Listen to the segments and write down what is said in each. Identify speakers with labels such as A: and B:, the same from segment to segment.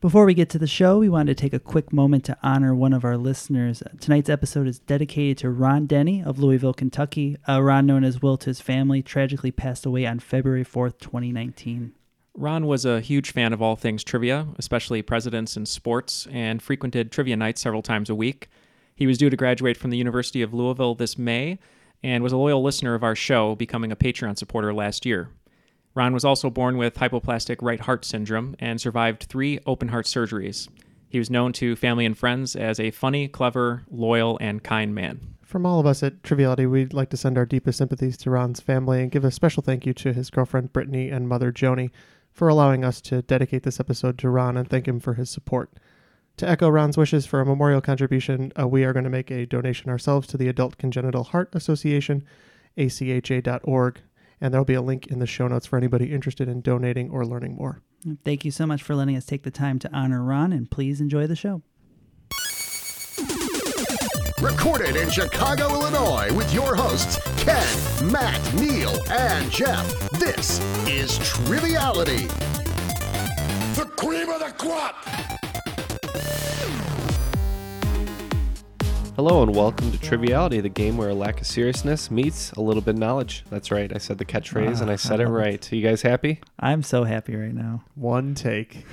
A: Before we get to the show, we wanted to take a quick moment to honor one of our listeners. Tonight's episode is dedicated to Ron Denny of Louisville, Kentucky. Uh, Ron, known as Will to his family, tragically passed away on February 4th, 2019.
B: Ron was a huge fan of all things trivia, especially presidents and sports, and frequented trivia nights several times a week. He was due to graduate from the University of Louisville this May and was a loyal listener of our show, becoming a Patreon supporter last year. Ron was also born with hypoplastic right heart syndrome and survived three open heart surgeries. He was known to family and friends as a funny, clever, loyal, and kind man.
C: From all of us at Triviality, we'd like to send our deepest sympathies to Ron's family and give a special thank you to his girlfriend Brittany and mother Joni for allowing us to dedicate this episode to Ron and thank him for his support. To echo Ron's wishes for a memorial contribution, uh, we are going to make a donation ourselves to the Adult Congenital Heart Association, acha.org, and there'll be a link in the show notes for anybody interested in donating or learning more.
A: Thank you so much for letting us take the time to honor Ron, and please enjoy the show.
D: Recorded in Chicago, Illinois, with your hosts, Ken, Matt, Neil, and Jeff. This is Triviality. The cream of the crop.
E: Hello and welcome to Triviality, the game where a lack of seriousness meets a little bit of knowledge. That's right, I said the catchphrase and I said it right. Are you guys happy?
A: I'm so happy right now.
C: One take.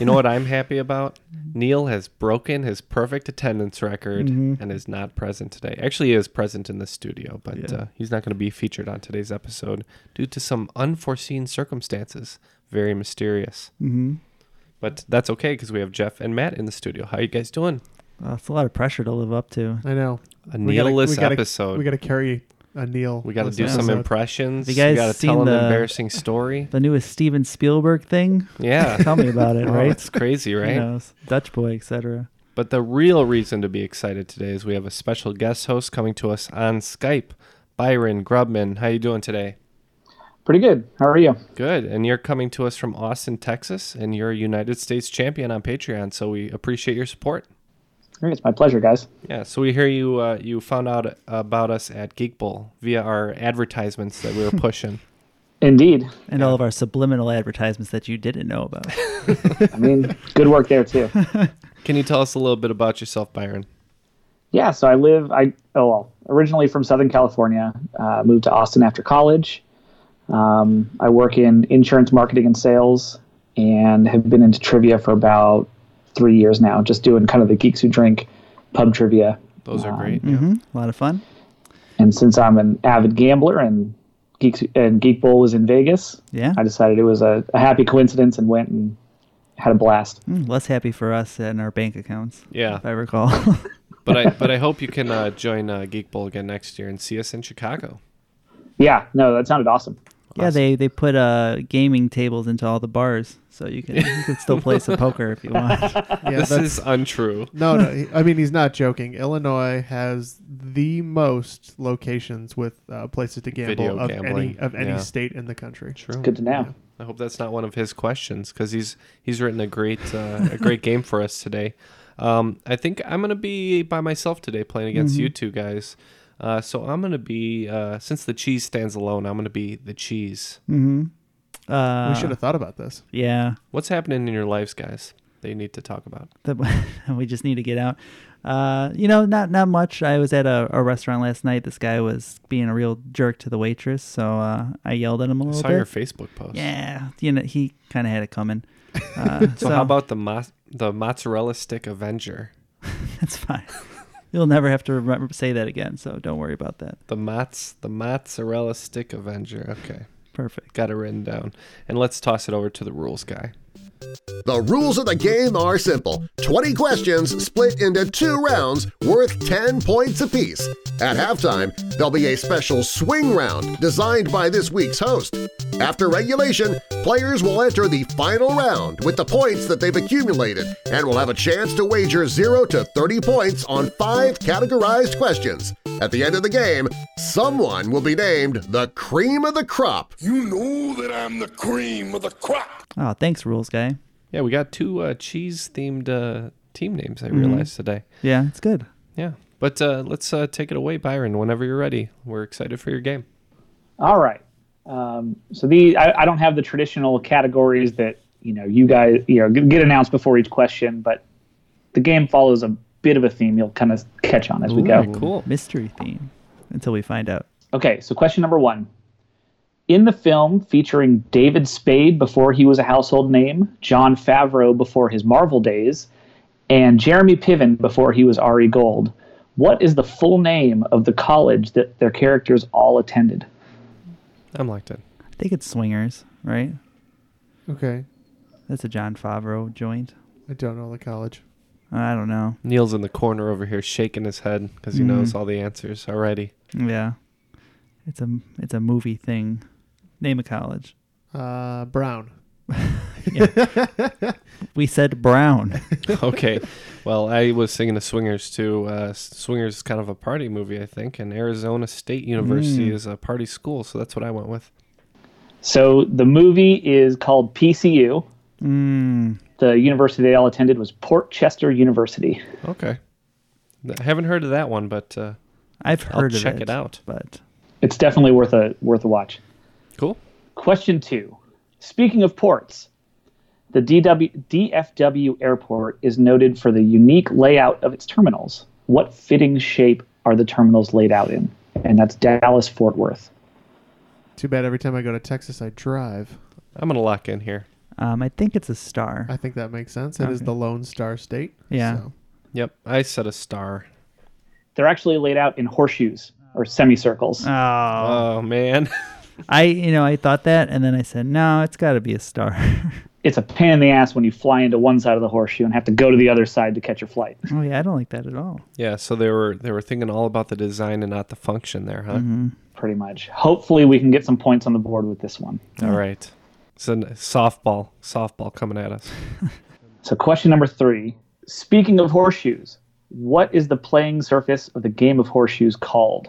E: You know what I'm happy about? Neil has broken his perfect attendance record
A: Mm-hmm.
E: and is not present today. Actually, he is present in the studio, but uh, he's not going to be featured on today's episode due to some unforeseen circumstances. Very mysterious. Mm-hmm. But that's okay because we have Jeff and Matt in the studio. How you guys doing?
A: Uh, it's a lot of pressure to live up to.
C: I know.
E: A
C: We gotta-
E: Neilless
C: we gotta-
E: episode.
C: We got to carry a Neil.
E: We got to
C: this
E: do some
C: episode.
E: impressions.
A: Have you guys
E: we got to tell
A: seen
E: him
A: the-
E: an embarrassing story.
A: The newest Steven Spielberg thing?
E: Yeah.
A: Tell me about it,
E: Oh,
A: right?
E: It's crazy, right?
A: You know, Dutch Boy, etc.
E: But the real reason to be excited today is we have a special guest host coming to us on Skype, Byron Grubman. How you doing today?
F: Pretty good. How are you?
E: Good. And you're coming to us from Austin, Texas, and you're a United States champion on Patreon, so we appreciate your support.
F: Great, It's my pleasure, guys.
E: Yeah, so we hear you uh, you found out about us at Geek Bowl via our advertisements that we were pushing.
F: Indeed.
A: And all of our subliminal advertisements that you didn't know about.
F: I mean, good work there too.
E: Can you tell us a little bit about yourself, Byron?
F: Yeah. So I live. I oh well. Originally from Southern California, uh, moved to Austin after college. Um, I work in insurance marketing and sales, and have been into trivia for about three years now. Just doing kind of the geeks who drink pub trivia.
E: Those are great.
A: A lot of fun.
F: And since I'm an avid gambler and geeks and Geek Bowl was in Vegas,
A: Yeah.
F: I decided it was a, a happy coincidence and went and had a blast.
A: Mm, less happy for us and our bank accounts.
E: Yeah.
A: If I recall.
E: But I but I hope you can uh, join uh, Geek Bowl again next year and see us in Chicago.
F: Yeah. No, that sounded awesome.
A: yeah, they, they put uh, gaming tables into all the bars, so you can, you can still play some poker if you want.
C: Yeah,
E: This
C: that's-
E: is untrue.
C: No, no. he- I mean, he's not joking. Illinois has the most locations with uh, places to gamble
E: Video
C: of
E: gambling,
C: any of any
E: yeah.
C: state in the country. True.
F: Good to know.
E: I hope that's not one of his questions because he's he's written a great uh, a great game for us today. Um, I think I'm gonna be by myself today playing against you two guys. Uh, so I'm gonna be uh, since the cheese stands alone, I'm gonna be the cheese.
A: Uh,
C: We should have thought about this.
A: Yeah.
E: What's happening in your lives, guys? They need to talk about.
A: that we just need to get out. Uh, you know, not not much. I was at a, a restaurant last night. This guy was being a real jerk to the waitress, so uh, I yelled at him a
D: I
A: little
D: saw
A: bit.
D: your Facebook post.
A: Yeah, you know, he kind of had it coming. Uh,
D: so, how about the mo- the mozzarella stick Avenger?
A: That's fine. You'll never have to remember, say that again, so don't worry about that.
D: The mozz the mozzarella stick Avenger. Okay.
A: Perfect.
D: Got it written down. And let's toss it over to the rules guy.
E: The rules of the game are simple 20 questions split into two rounds worth 10 points apiece. At halftime, there'll be a special swing round designed by this week's host. After regulation, players will enter the final round with the points that they've accumulated and will have a chance to wager 0 to 30 points on five categorized questions. At the end of the game, someone will be named the cream of the crop. You know that I'm the cream of the crop.
A: Oh, thanks, rules guy.
D: Yeah, we got two uh, cheese themed uh, team names I
A: Mhm.
D: realized today.
A: Yeah, it's good.
D: Yeah. But uh, let's uh, take it away, Byron, whenever you're ready. We're excited for your game.
B: All right. Um, so the I, I don't have the traditional categories that you know you guys you know get announced before each question, but the game follows a bit of a theme. You'll kind of catch on as we go.
A: Ooh, Mystery theme until we find out.
B: Okay, so question number one. In the film featuring David Spade before he was a household name, John Favreau before his Marvel days, and Jeremy Piven before he was Ari Gold, what is the full name of the college that their characters all attended?
D: I'm locked in.
A: I think it's Swingers, right?
C: Okay.
A: That's a John Favreau joint.
C: I don't know the college.
A: I don't know.
D: Neil's in the corner over here shaking his head because he
A: Mhm.
D: knows all the answers already.
A: Yeah, it's a it's a movie thing. Name a college.
C: Uh, Brown.
A: We said Brown.
D: okay. Well, I was thinking of Swingers too. Uh, Swingers is kind of a party movie, I think, and Arizona State University
B: Mm.
D: is a party school, so that's what I went with.
B: So the movie is called PCU.
A: Mm.
B: The university they all attended was Port Chester University.
D: Okay. I haven't heard of that one, but uh,
A: I've
D: I'll
B: heard of
D: check
B: it,
D: it out.
A: But
B: It's definitely worth a Uh, worth a watch.
D: Cool.
B: Question two. Speaking of ports, the DW, DFW airport is noted for the unique layout of its terminals. What fitting shape are the terminals laid out in? And that's Dallas Fort Worth.
C: Too bad every time I go to Texas, I drive.
D: I'm gonna lock in here.
A: Um, I think it's a star.
C: I think that makes sense. It is
A: Okay.
C: the Lone Star State. so.
D: Yep. I said a star.
B: They're actually laid out in horseshoes or semicircles.
A: Oh.
D: Oh man.
A: I you know I thought that and then I said no, it's got to be a star.
B: It's a pain in the ass when you fly into one side of the horseshoe and have to go to the other side to catch your flight.
A: oh yeah, I don't like that at all.
D: Yeah. So they were they were thinking all about the design and not the function there, huh?
B: Pretty much. Hopefully, we can get some points on the board with this one.
D: All right. So n- softball, softball coming at us.
B: So, question number three. Speaking of horseshoes, what is the playing surface of the game of horseshoes called?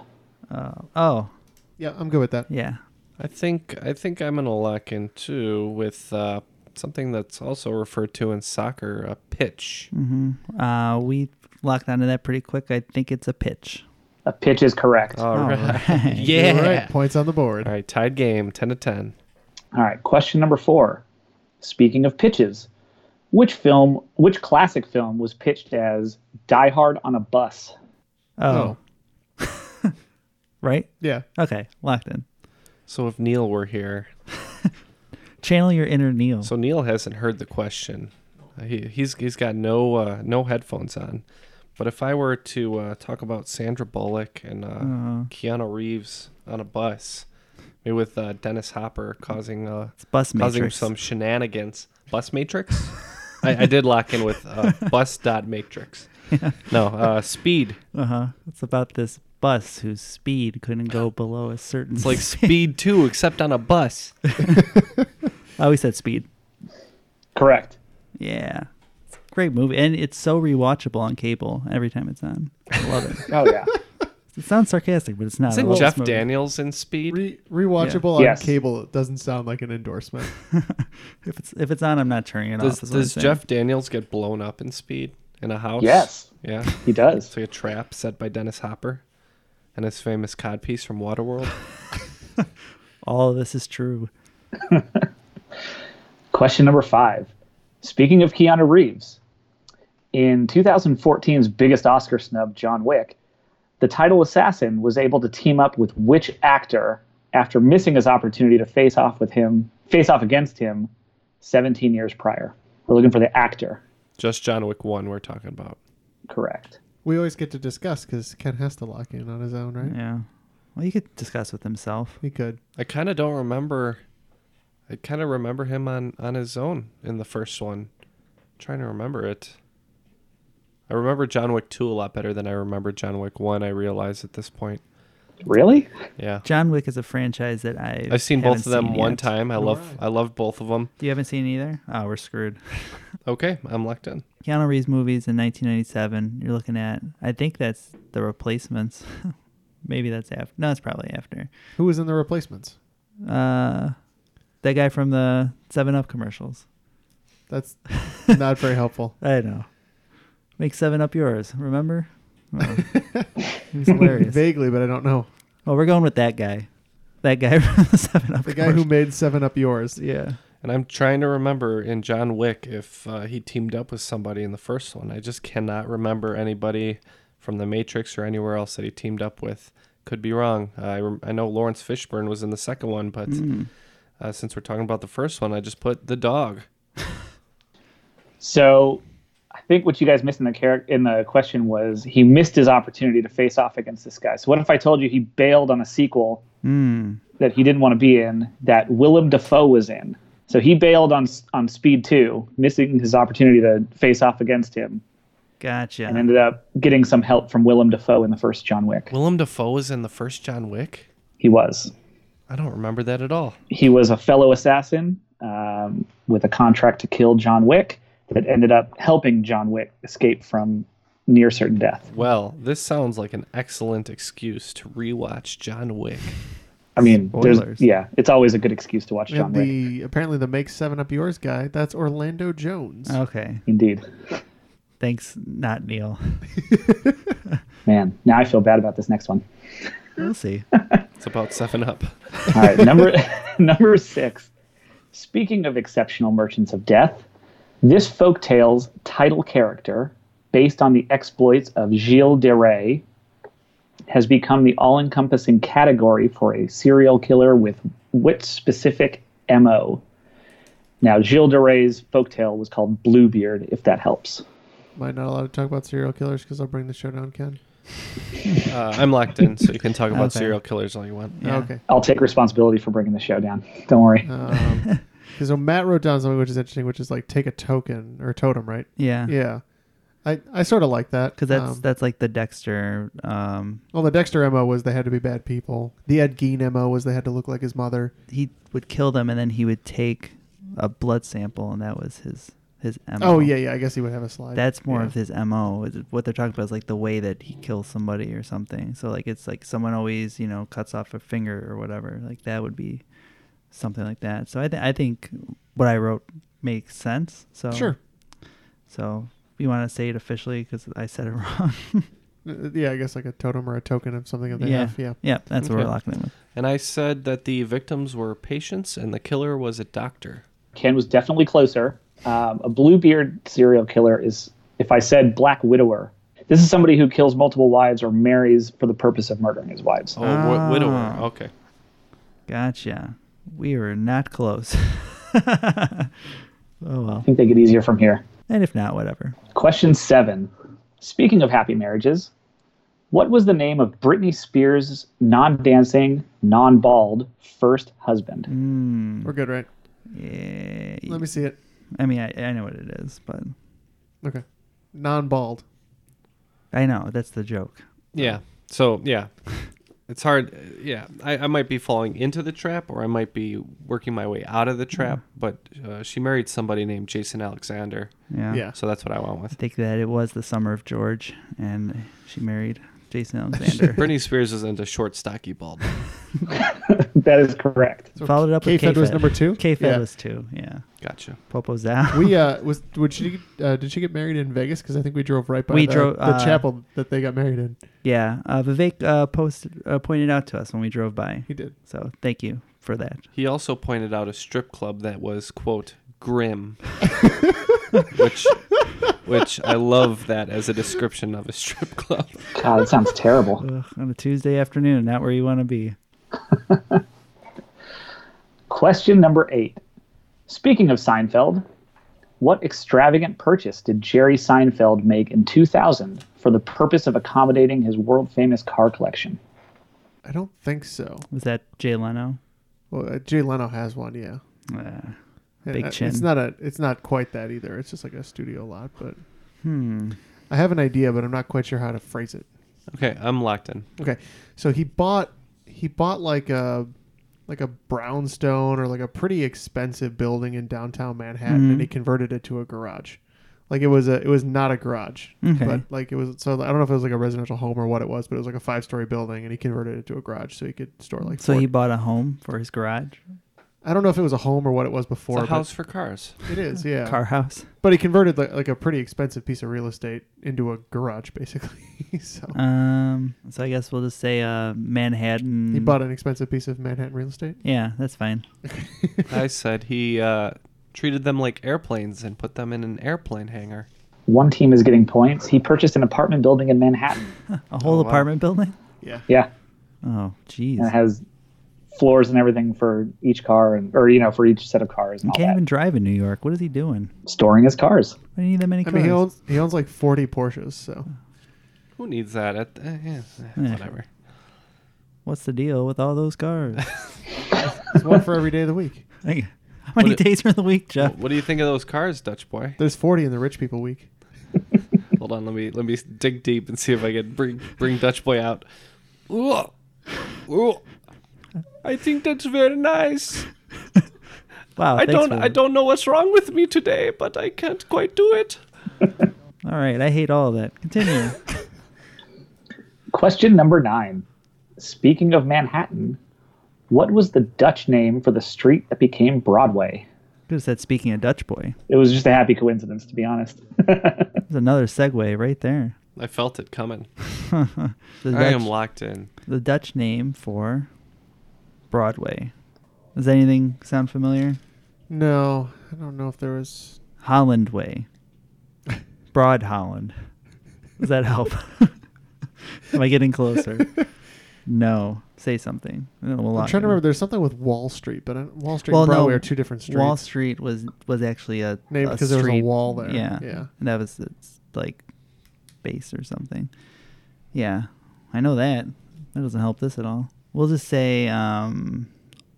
A: Oh.
C: Yeah, I'm good with that.
A: Yeah.
D: I think I think I'm gonna lock in too with uh, something that's also referred to in soccer, a pitch.
A: Mm-hmm. Uh, we locked onto that pretty quick. I oh, think it's a pitch.
B: A pitch is correct.
D: All right.
A: right.
D: Yeah.
C: All right, points on the board.
D: All right. Tied game, ten to ten.
B: All right, question number four. Speaking of pitches, which film, which classic film was pitched as Die Hard on a Bus?
A: Oh. right?
C: Yeah.
D: Oh.
A: Okay. Locked in.
D: So if Neil were here,
A: Channel your inner Neil.
D: so Neil hasn't heard the question. Uh, He, he's he's got no uh, no headphones on. But if I were to uh, talk about Sandra Bullock and uh,
A: Uh-huh.
D: Keanu Reeves on a bus, maybe with uh, Dennis Hopper causing uh,
A: Bus
D: causing
A: Matrix.
D: some shenanigans. Bus Matrix. I, I did lock in with uh, Bus Dot Matrix. No, uh, Speed.
A: Uh huh. It's about this bus whose speed couldn't go below a certain.
D: It's like Speed Two, except on a bus.
A: I always said speed.
B: Correct.
A: Yeah. It's a great movie. And it's so rewatchable on cable every time it's on. I love it.
B: Oh, yeah.
A: it sounds sarcastic, but it's not. I
D: Isn't
A: love this
D: Jeff
A: movie.
D: Daniels in Speed?
C: Re- rewatchable on
A: Yes.
C: cable doesn't sound like an endorsement.
A: If it's, if it's on, I'm not turning it
D: Does,
A: off. is what I'm
D: does
A: saying.
D: Jeff Daniels get blown up in Speed in a house?
B: Yes.
D: Yeah.
B: He does.
D: It's like a trap set by Dennis Hopper and his famous codpiece from Waterworld.
A: All of this is true.
B: Question number five. Speaking of Keanu Reeves, in 2014's biggest Oscar snub, John Wick, the title assassin was able to team up with which actor after missing his opportunity to face off with him, face off against him, 17 years prior. We're looking for the actor.
D: Just John Wick 1 we're talking about.
B: Correct.
C: We always get to discuss because Ken has to lock in on his own, right?
A: Yeah. Well, he could discuss with himself.
C: He could.
D: I kind of don't remember. I kind of remember him on on his own in the first one. I'm trying to remember it. I remember John Wick 2 a lot better than I remember John Wick 1, I realize at this point.
B: Really?
D: Yeah.
A: John Wick is a franchise that I
D: I've seen both
A: haven't
D: of them
A: seen
D: one
A: yet.
D: time. I love I love both of them.
A: You haven't seen either? Oh, we're screwed.
D: okay, I'm locked in.
A: Keanu Reeves movies in 1997. You're looking at, I think that's the replacements. Maybe that's after. No, it's probably after.
C: Who was in the replacements?
A: Uh, that guy from the Seven Up commercials.
C: That's not very helpful.
A: I know. Make Seven Up yours. Remember? Oh. he was hilarious.
C: Vaguely, but I don't know.
A: Well, we're going with that guy. That guy from the Seven Up.
C: The guy who made Seven Up yours.
A: Yeah.
D: And I'm trying to remember in John Wick if uh, he teamed up with somebody in the first one. I just cannot remember anybody from The Matrix or anywhere else that he teamed up with. Could be wrong. I, rem- I know Lawrence Fishburne was in the second one, but
A: Hmm.
B: Mm.
D: uh, since we're talking about the first one, I just put the dog.
B: So I think what you guys missed in the char- in the question was he missed his opportunity to face off against this guy. So what if I told you he bailed on a sequel
A: Hmm.
B: that he didn't want to be in that Willem Dafoe was in? So he bailed on on Speed 2, missing his opportunity to face off against him
A: Gotcha.
B: and ended up getting some help from Willem Dafoe in the first John Wick.
D: Willem Dafoe was in the first John Wick?
B: He was.
D: I don't remember that at all.
B: He was a fellow assassin um, with a contract to kill John Wick that ended up helping John Wick escape from near certain death.
D: Well, this sounds like an excellent excuse to rewatch John Wick.
B: I mean,
D: Spoilers.
B: there's, yeah, it's always a good excuse to watch
C: And
B: John Wick.
C: the apparently the make Seven Up yours guy. That's Orlando Jones.
A: Okay.
B: Indeed.
A: Thanks, not Neil.
B: Man, now I feel bad about this next one.
A: We'll see.
D: It's about Seven Up.
B: All right, number number six. Speaking of exceptional merchants of death, this folktale's title character, based on the exploits of Gilles de Rais, has become the all-encompassing category for a serial killer with which specific MO. Now, Gilles de Rais's folktale was called Bluebeard, if that helps.
C: Am I not allowed to talk about serial killers because I'll bring the show down, Ken?
D: Uh, I'm locked in, so you can talk about
B: Okay.
D: serial killers all you want.
C: Okay.
B: I'll take responsibility for bringing the show down. Don't worry.
C: Um, 'cause so Matt wrote down something which is interesting, which is like take a token or totem, right?
A: Yeah.
C: Yeah. I, I sort of like that
A: Because that's
C: Um,
A: that's like the Dexter. Um,
C: well, the Dexter mo was they had to be bad people. The Ed Gein mo was they had to look like his mother.
A: he would kill them, and then he would take a blood sample, and that was his his mo.
C: Oh yeah, yeah. I guess he would have a slide.
A: That's more
C: Yeah.
A: of his mo. Is it- What they're talking about is like the way that he kills somebody or something. So like it's like someone always you know cuts off a finger or whatever. Like that would be something like that. So I think I think what I wrote makes sense. So
C: Sure.
A: So you want to say it officially because I said it wrong.
C: Uh, yeah. I guess like a totem or a token of something that they
A: yeah.
C: have. Yeah.
A: Yeah. That's what
D: Okay.
A: we're locking in with.
D: And I said that the victims were patients and the killer was a doctor.
B: Ken was definitely closer. Um, a Bluebeard serial killer is, if I said Black Widower, this is somebody who kills multiple wives or marries for the purpose of murdering his wives.
D: Oh, wi- widower.
A: Ah.
D: Okay.
A: Gotcha. We were not close. oh
B: I
A: well.
B: think they get easier from here.
A: And if not, whatever.
B: Question seven. Speaking of happy marriages, what was the name of Britney Spears' non dancing, non bald first husband?
A: Mm.
C: We're good, right?
A: Yeah.
C: Let me see it.
A: Eh, I mean, I, I know what it is, but
C: Okay. Non-bald.
A: I know that's the joke.
D: Yeah. So, yeah. It's hard. uh, Yeah. I, I might be falling into the trap or I might be working my way out of the trap, but uh, she married somebody named Jason Alexander.
A: Yeah.
C: Yeah.
D: So that's what I went
A: I
D: with.
A: think that it was the summer of George, and she married Jason Alexander.
D: Britney Spears is into short, stocky bald.
B: That is correct.
A: Followed up with
C: K-Fed was
A: K-Fed.
C: number two?
A: K-Fed
C: Yeah.
A: was two. Yeah.
D: Gotcha.
A: Popo's out.
C: We uh was would she uh, did she get married in Vegas? Because I think we drove right by
A: We
C: the,
A: drove,
C: the
A: uh,
C: chapel that they got married in.
A: yeah. Uh, Vivek uh, posted uh, pointed out to us when we drove by.
C: He did.
A: So thank you for that.
D: He also pointed out a strip club that was, quote, grim, which which I love that as a description of a strip club.
E: God, that sounds terrible.
A: Ugh, on a Tuesday afternoon, not where you want to be.
E: Question number eight. Speaking of Seinfeld, what extravagant purchase did Jerry Seinfeld make in 2000 for the purpose of accommodating his world famous car collection?
C: I don't think so.
A: Was that Jay Leno?
C: Well, uh, Jay Leno has one, yeah. And
A: big
C: I-
A: chin.
C: It's not a. It's not quite that either. It's just like a studio lot, but
A: Hmm.
C: I have an idea, but I'm not quite sure how to phrase it.
D: Okay, I'm locked in.
C: Okay, so he bought he bought like a like a brownstone or like a pretty expensive building in downtown Manhattan,
A: Mhm.
C: and he converted it to a garage. Like it was a it was not a garage,
A: Okay.
C: but like it was. So I don't know if it was like a residential home or what it was, but it was like a five story building, and he converted it to a garage so he could store like.
A: So
C: four-
A: he bought a home for his garage.
C: I don't know if it was a home or what it was before.
D: It's a
C: but-
D: house for cars.
C: It is, yeah.
A: Car house.
C: But he converted like, like a pretty expensive piece of real estate into a garage, basically. so
A: Um. So I guess we'll just say uh Manhattan.
C: he bought an expensive piece of Manhattan real estate.
A: Um, Yeah, that's fine.
D: I said he uh, treated them like airplanes and put them in an airplane hangar.
E: One team is getting points. He purchased an apartment building in Manhattan.
A: A whole apartment building.
C: Yeah.
E: Yeah.
A: Oh, jeez.
E: And it has floors and everything for each car and or you know, for each set of cars
A: He
E: and all
A: can't
E: that.
A: even drive in New York. What is he doing?
E: Storing his cars.
A: I need that many
C: I
A: cars.
C: mean, he owns he owns like forty Porsches. So
D: Who needs that? At uh, yeah, eh,
A: Eh.
D: whatever.
A: What's the deal with all those cars?
C: there's one for every day of the week.
A: Hey, How many
D: What it-
A: days are in the week, Jeff?
D: What do you think of those cars, Dutch boy?
C: There's forty in the rich people week.
D: Hold on, let me let me dig deep and see if I can bring bring Dutch boy out. Ooh, ooh. I think that's very nice. I
A: Wow. Oh, thanks
D: don't
A: for
D: I
A: that.
D: don't know what's wrong with me today, but I can't quite do it.
A: All right. I hate all of that. Continue.
E: Question number nine. Speaking of Manhattan, what was the Dutch name for the street that became Broadway?
A: Could have said speaking of Dutch boy.
E: It was just a happy coincidence, to be honest.
A: There's another segue right there.
D: I felt it coming.
A: the,
D: I am
A: Dutch,
D: locked in.
A: the Dutch name for Broadway. Does anything sound familiar?
C: No, I don't know if there was.
A: Holland Way. Broad Holland. Does that help? Am I getting closer? No. Say something. No, we'll
C: I'm
A: lock
C: trying to
A: in.
C: remember. There's something with Wall Street, but I, Wall Street and Broadway are two different streets.
A: Wall Street was was actually a
C: Named
A: a
C: 'cause there was a
A: street-
C: wall there.
A: Yeah,
C: Yeah.
A: And that was its like base or something. Yeah, I know that. That doesn't help this at all. We'll just say um,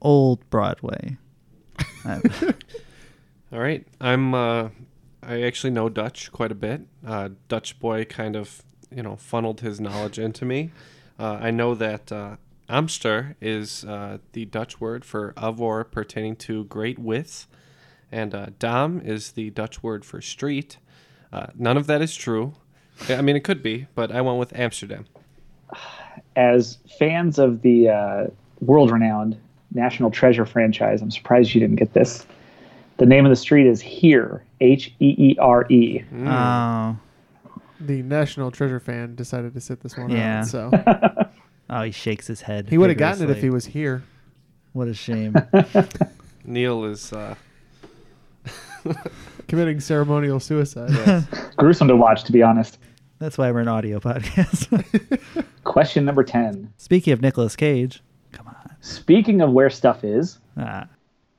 A: Old Broadway. I-
D: All right. I'm uh I actually know Dutch quite a bit. Uh Dutch boy kind of, you know, funneled his knowledge into me. Uh, I know that uh Amster is uh, the Dutch word for avor pertaining to great width, and uh, dam is the Dutch word for street. Uh, none of that is true. I I mean, it could be, but I went with Amsterdam.
E: As fans of the uh, world renowned National Treasure franchise, I'm surprised you didn't get this. The name of the street is Here, H E E R E.
C: Mm.
A: oh,
C: the National Treasure fan decided to sit this one
A: Yeah.
C: out. So
A: oh, he shakes his head.
C: he would have gotten it if
A: vigorously.
C: he was here.
A: What a shame.
D: Neil is uh,
C: Committing ceremonial suicide.
E: Gruesome to watch, to be honest.
A: That's why we're an audio podcast.
E: Question number 10.
A: Speaking of Nicolas Cage,
E: Speaking of where stuff is,
A: ah,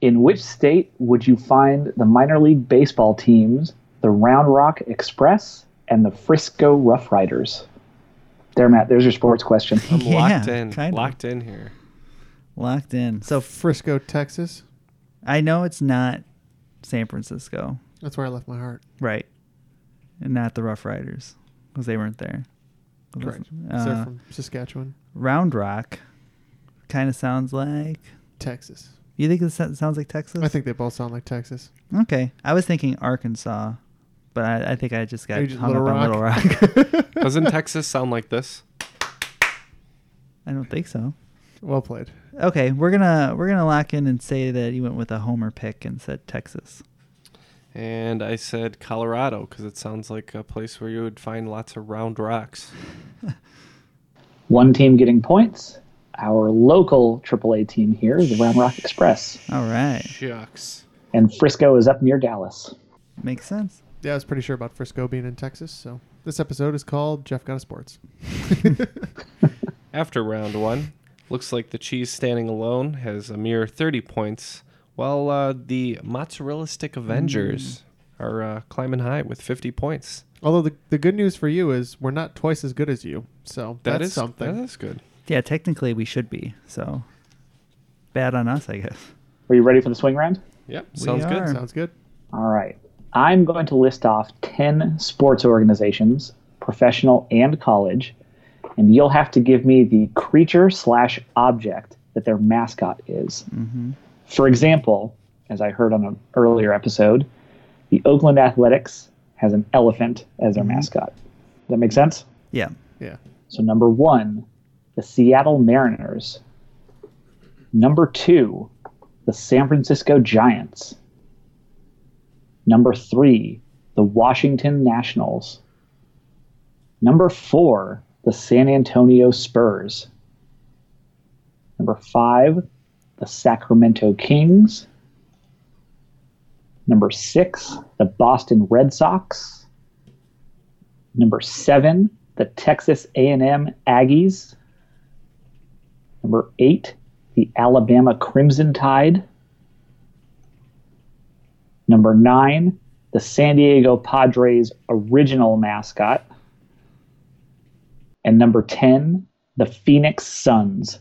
E: in which state would you find the minor league baseball teams, the Round Rock Express, and the Frisco Rough Riders? There, Matt, there's your sports question.
D: I'm
A: Yeah,
D: locked in,
A: kind of.
D: locked in here.
A: locked in. So f-
C: Frisco, Texas.
A: I know it's not San Francisco.
C: That's where I left my heart.
A: Right. And not the Rough Riders because they weren't there.
C: Correct.
A: Uh,
C: They're from Saskatchewan,
A: Round Rock kind of sounds like.
C: Texas.
A: You think it so- sounds like Texas?
C: I think they both sound like Texas.
A: Okay. I was thinking Arkansas, but I, I think I just got
C: Maybe just
A: hung
C: Little
A: up on Little Rock.
D: Doesn't Texas sound like this?
A: I don't think so.
C: Well played.
A: Okay, we're gonna we're gonna lock in and say that you went with a homer pick and said Texas.
D: And I said Colorado because it sounds like a place where you would find lots of round rocks.
E: One team getting points. Our local AAA team here is the Round Rock Express,
A: All right,
D: Shucks.
E: and Frisco is up near Dallas.
A: makes sense.
C: Yeah, I was pretty sure about Frisco being in Texas. So this episode is called Jeff Got a Sports.
D: After round one, looks like the cheese standing alone has a mere 30 points, while uh, the mozzarella stick Avengers are uh, climbing high with 50 points.
C: Although the, the good news for you is we're not twice as good as you. So
D: That
C: that's
D: is-
C: something.
D: that is good.
G: Yeah, technically we should be. So bad on us, I guess.
B: Are you ready for the swing round?
D: Yep,
G: We sounds good. are. Sounds
C: good.
B: All right. I'm going to list off 10 sports organizations, professional and college, and you'll have to give me the creature slash object that their mascot is. For example, as I heard on an earlier episode, the Oakland Athletics has an elephant as their mascot. Does that make sense?
G: Yeah.
C: Yeah.
B: So number one, the Seattle Mariners. Number two, the San Francisco Giants. Number three, the Washington Nationals. Number four, the San Antonio Spurs. Number five, the Sacramento Kings. Number six, the Boston Red Sox. Number seven, the Texas A&M Aggies. Number eight, the Alabama Crimson Tide. Number nine, the San Diego Padres original mascot. And number 10, the Phoenix Suns.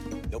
H: No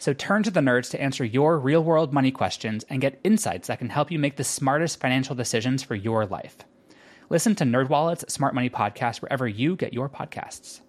A: So turn to the nerds to answer your real world money questions and get insights that can help you make the smartest financial decisions for your life. Listen to NerdWallet's Smart Money Podcast wherever you get your podcasts.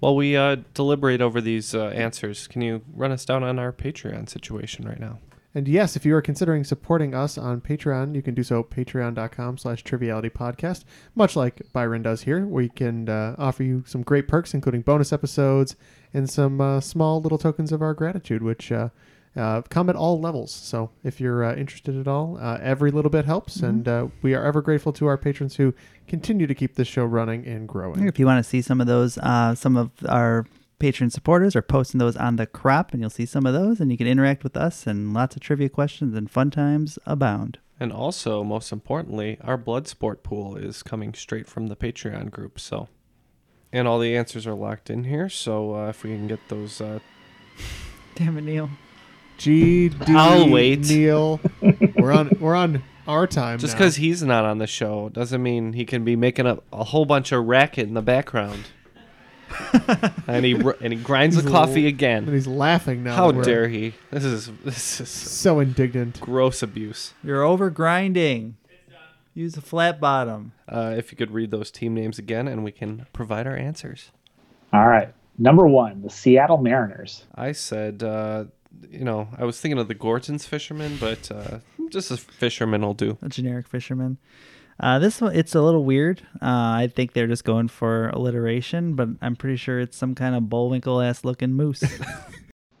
D: While we uh, deliberate over these uh, answers, can you run us down on our Patreon situation right now?
C: And yes, if you are considering supporting us on Patreon, you can do so at patreon.com slash triviality podcast, much like Byron does here. We can uh, offer you some great perks, including bonus episodes and some uh, small little tokens of our gratitude, which uh, uh, come at all levels. So if you're uh, interested at all, uh, every little bit helps. And uh, we are ever grateful to our patrons who continue to keep this show running and growing.
G: If you want to see some of those, uh, some of our patron supporters are posting those on the crop, and you'll see some of those, and you can interact with us, and lots of trivia questions and fun times abound.
D: And also, most importantly, our blood sport pool is coming straight from the Patreon group. So, and all the answers are locked in here. So, uh, if we can get those, uh,
G: Damn it, Neil.
C: GD
D: I'll wait.
C: Neil. we're on we're on our time.
D: just
C: now.
D: because he's not on the show doesn't mean he can be making up a whole bunch of racket in the background. and he r- and he grinds
C: He's
D: the
C: a
D: coffee
C: l-
D: again.
C: and he's laughing now
D: How
C: that we're-
D: dare he? This is this is
C: so indignant.
D: Gross abuse.
G: You're over grinding. Use a flat bottom.
D: Uh, if you could read those team names again, and we can provide our answers.
B: All right. Number one, the Seattle Mariners.
D: I said, uh, you know, I was thinking of the Gorton's fisherman, but uh, just a fisherman will do.
G: A generic fisherman. Uh, this one, it's a little weird. Uh, I think they're just going for alliteration, but I'm pretty sure it's some kind of Bullwinkle ass looking moose.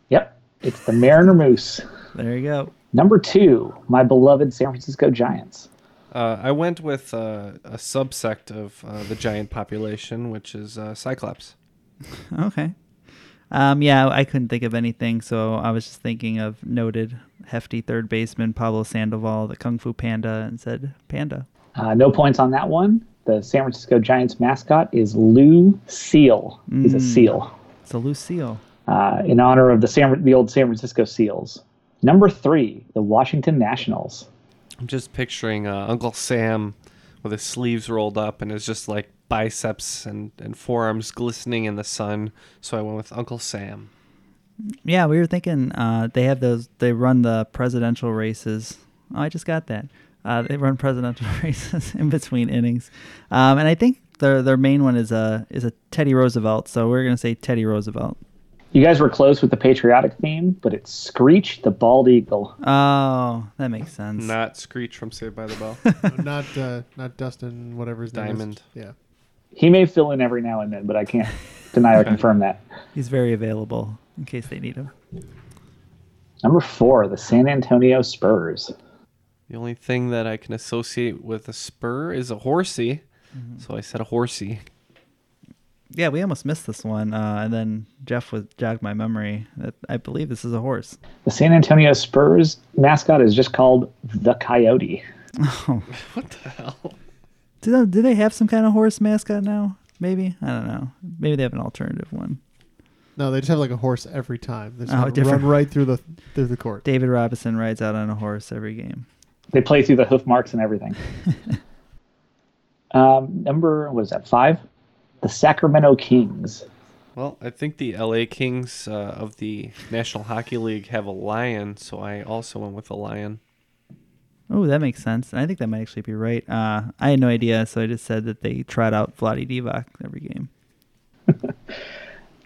B: Yep. It's the Mariner Moose.
G: There you go.
B: Number two, my beloved San Francisco Giants.
D: Uh, I went with uh, a subsect of uh, the giant population, which is uh, Cyclops.
G: okay.
D: Um, yeah, I couldn't think of anything, so I was just thinking of noted hefty third baseman Pablo Sandoval, the Kung Fu Panda, and said Panda.
A: Uh, no points on that one. The San Francisco Giants mascot is Lou Seal. He's a
D: Mm.
A: seal
D: It's a Lucille.
A: uh, in honor of the San, the old San Francisco Seals. Number three, the Washington Nationals.
I: I'm just picturing uh, Uncle Sam with his sleeves rolled up and his just like biceps and, and forearms glistening in the sun. So I went with Uncle Sam.
D: Yeah, we were thinking uh, they have those. They run the presidential races. Oh, I just got that. Uh, they run presidential races in between innings, um, and I think their their main one is a is a Teddy Roosevelt. So we're gonna say Teddy Roosevelt.
A: You guys were close with the patriotic theme, but it's Screech the Bald Eagle.
D: Oh, that makes sense.
I: Not Screech from Saved by the Bell.
C: not uh, not Dustin, whatever his name
I: Diamond.
C: is. Yeah.
A: He may fill in every now and then, but I can't deny or confirm that.
D: He's very available in case they need him.
A: Number four, the San Antonio Spurs.
I: The only thing that I can associate with a spur is a horsey. So I said a horsey.
D: Yeah, we almost missed this one, uh, and then Jeff was jogged my memory that I believe this is a horse.
A: The San Antonio Spurs mascot is just called the Coyote.
D: Oh. What the hell? Do they, do they have some kind of horse mascot now? Maybe I don't know. Maybe they have an alternative one.
C: No, they just have like a horse every time. They just
D: Oh,
C: have it
D: different-
C: run right through the through the court.
D: David Robinson rides out on a horse every game.
A: They play through the hoof marks and everything. um, number what is that? Five. The Sacramento Kings.
I: Well, I think the LA Kings uh, of the National Hockey League have a lion. So I also went with a lion.
D: Oh, that makes sense. And I think that might actually be right. Uh, I had no idea, so I just said that they trot out Vladi Divac every game.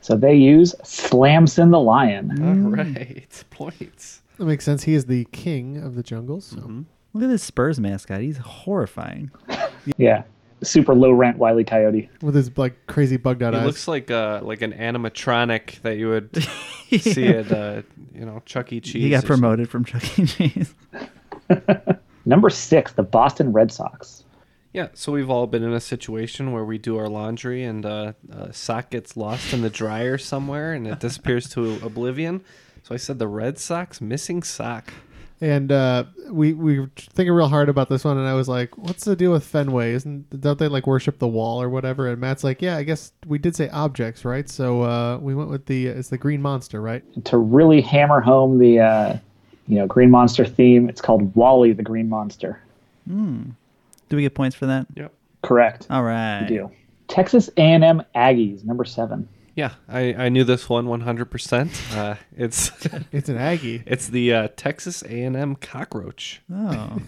A: So they use Slamson the Lion.
I: All right, points.
C: That makes sense. He is the king of the jungles. So.
I: Mm-hmm.
D: Look at this Spurs mascot. He's horrifying.
A: Yeah, super low rent Wiley Coyote.
C: With his like crazy bugged out
I: It
C: eyes.
I: looks like uh like an animatronic that you would see at uh, you know Chuck E. Cheese.
D: he got
I: or
D: promoted from Chuck E. Cheese.
A: Number six, the Boston Red Sox.
I: something. Yeah, so we've all been in a situation where we do our laundry and uh, a sock gets lost in the dryer somewhere and it disappears to oblivion. So I said the Red Sox missing sock.
C: And uh, we we were thinking real hard about this one, and I was like, "What's the deal with Fenway? Isn't don't they like worship the wall or whatever?" And Matt's like, "Yeah, I guess we did say objects, right? So uh, we went with the it's the green monster, right?
A: To really hammer home the uh, you know Green Monster theme, it's called Wally the Green Monster.
D: Hmm. Do we get points for that?
I: Yep.
A: Correct.
D: All
A: You
D: right.
A: do. Texas A&M Aggies, number seven.
I: Yeah, I, I knew this one 100%. Uh, it's
C: It's an Aggie.
I: it's the uh, Texas A&M cockroach.
D: Oh.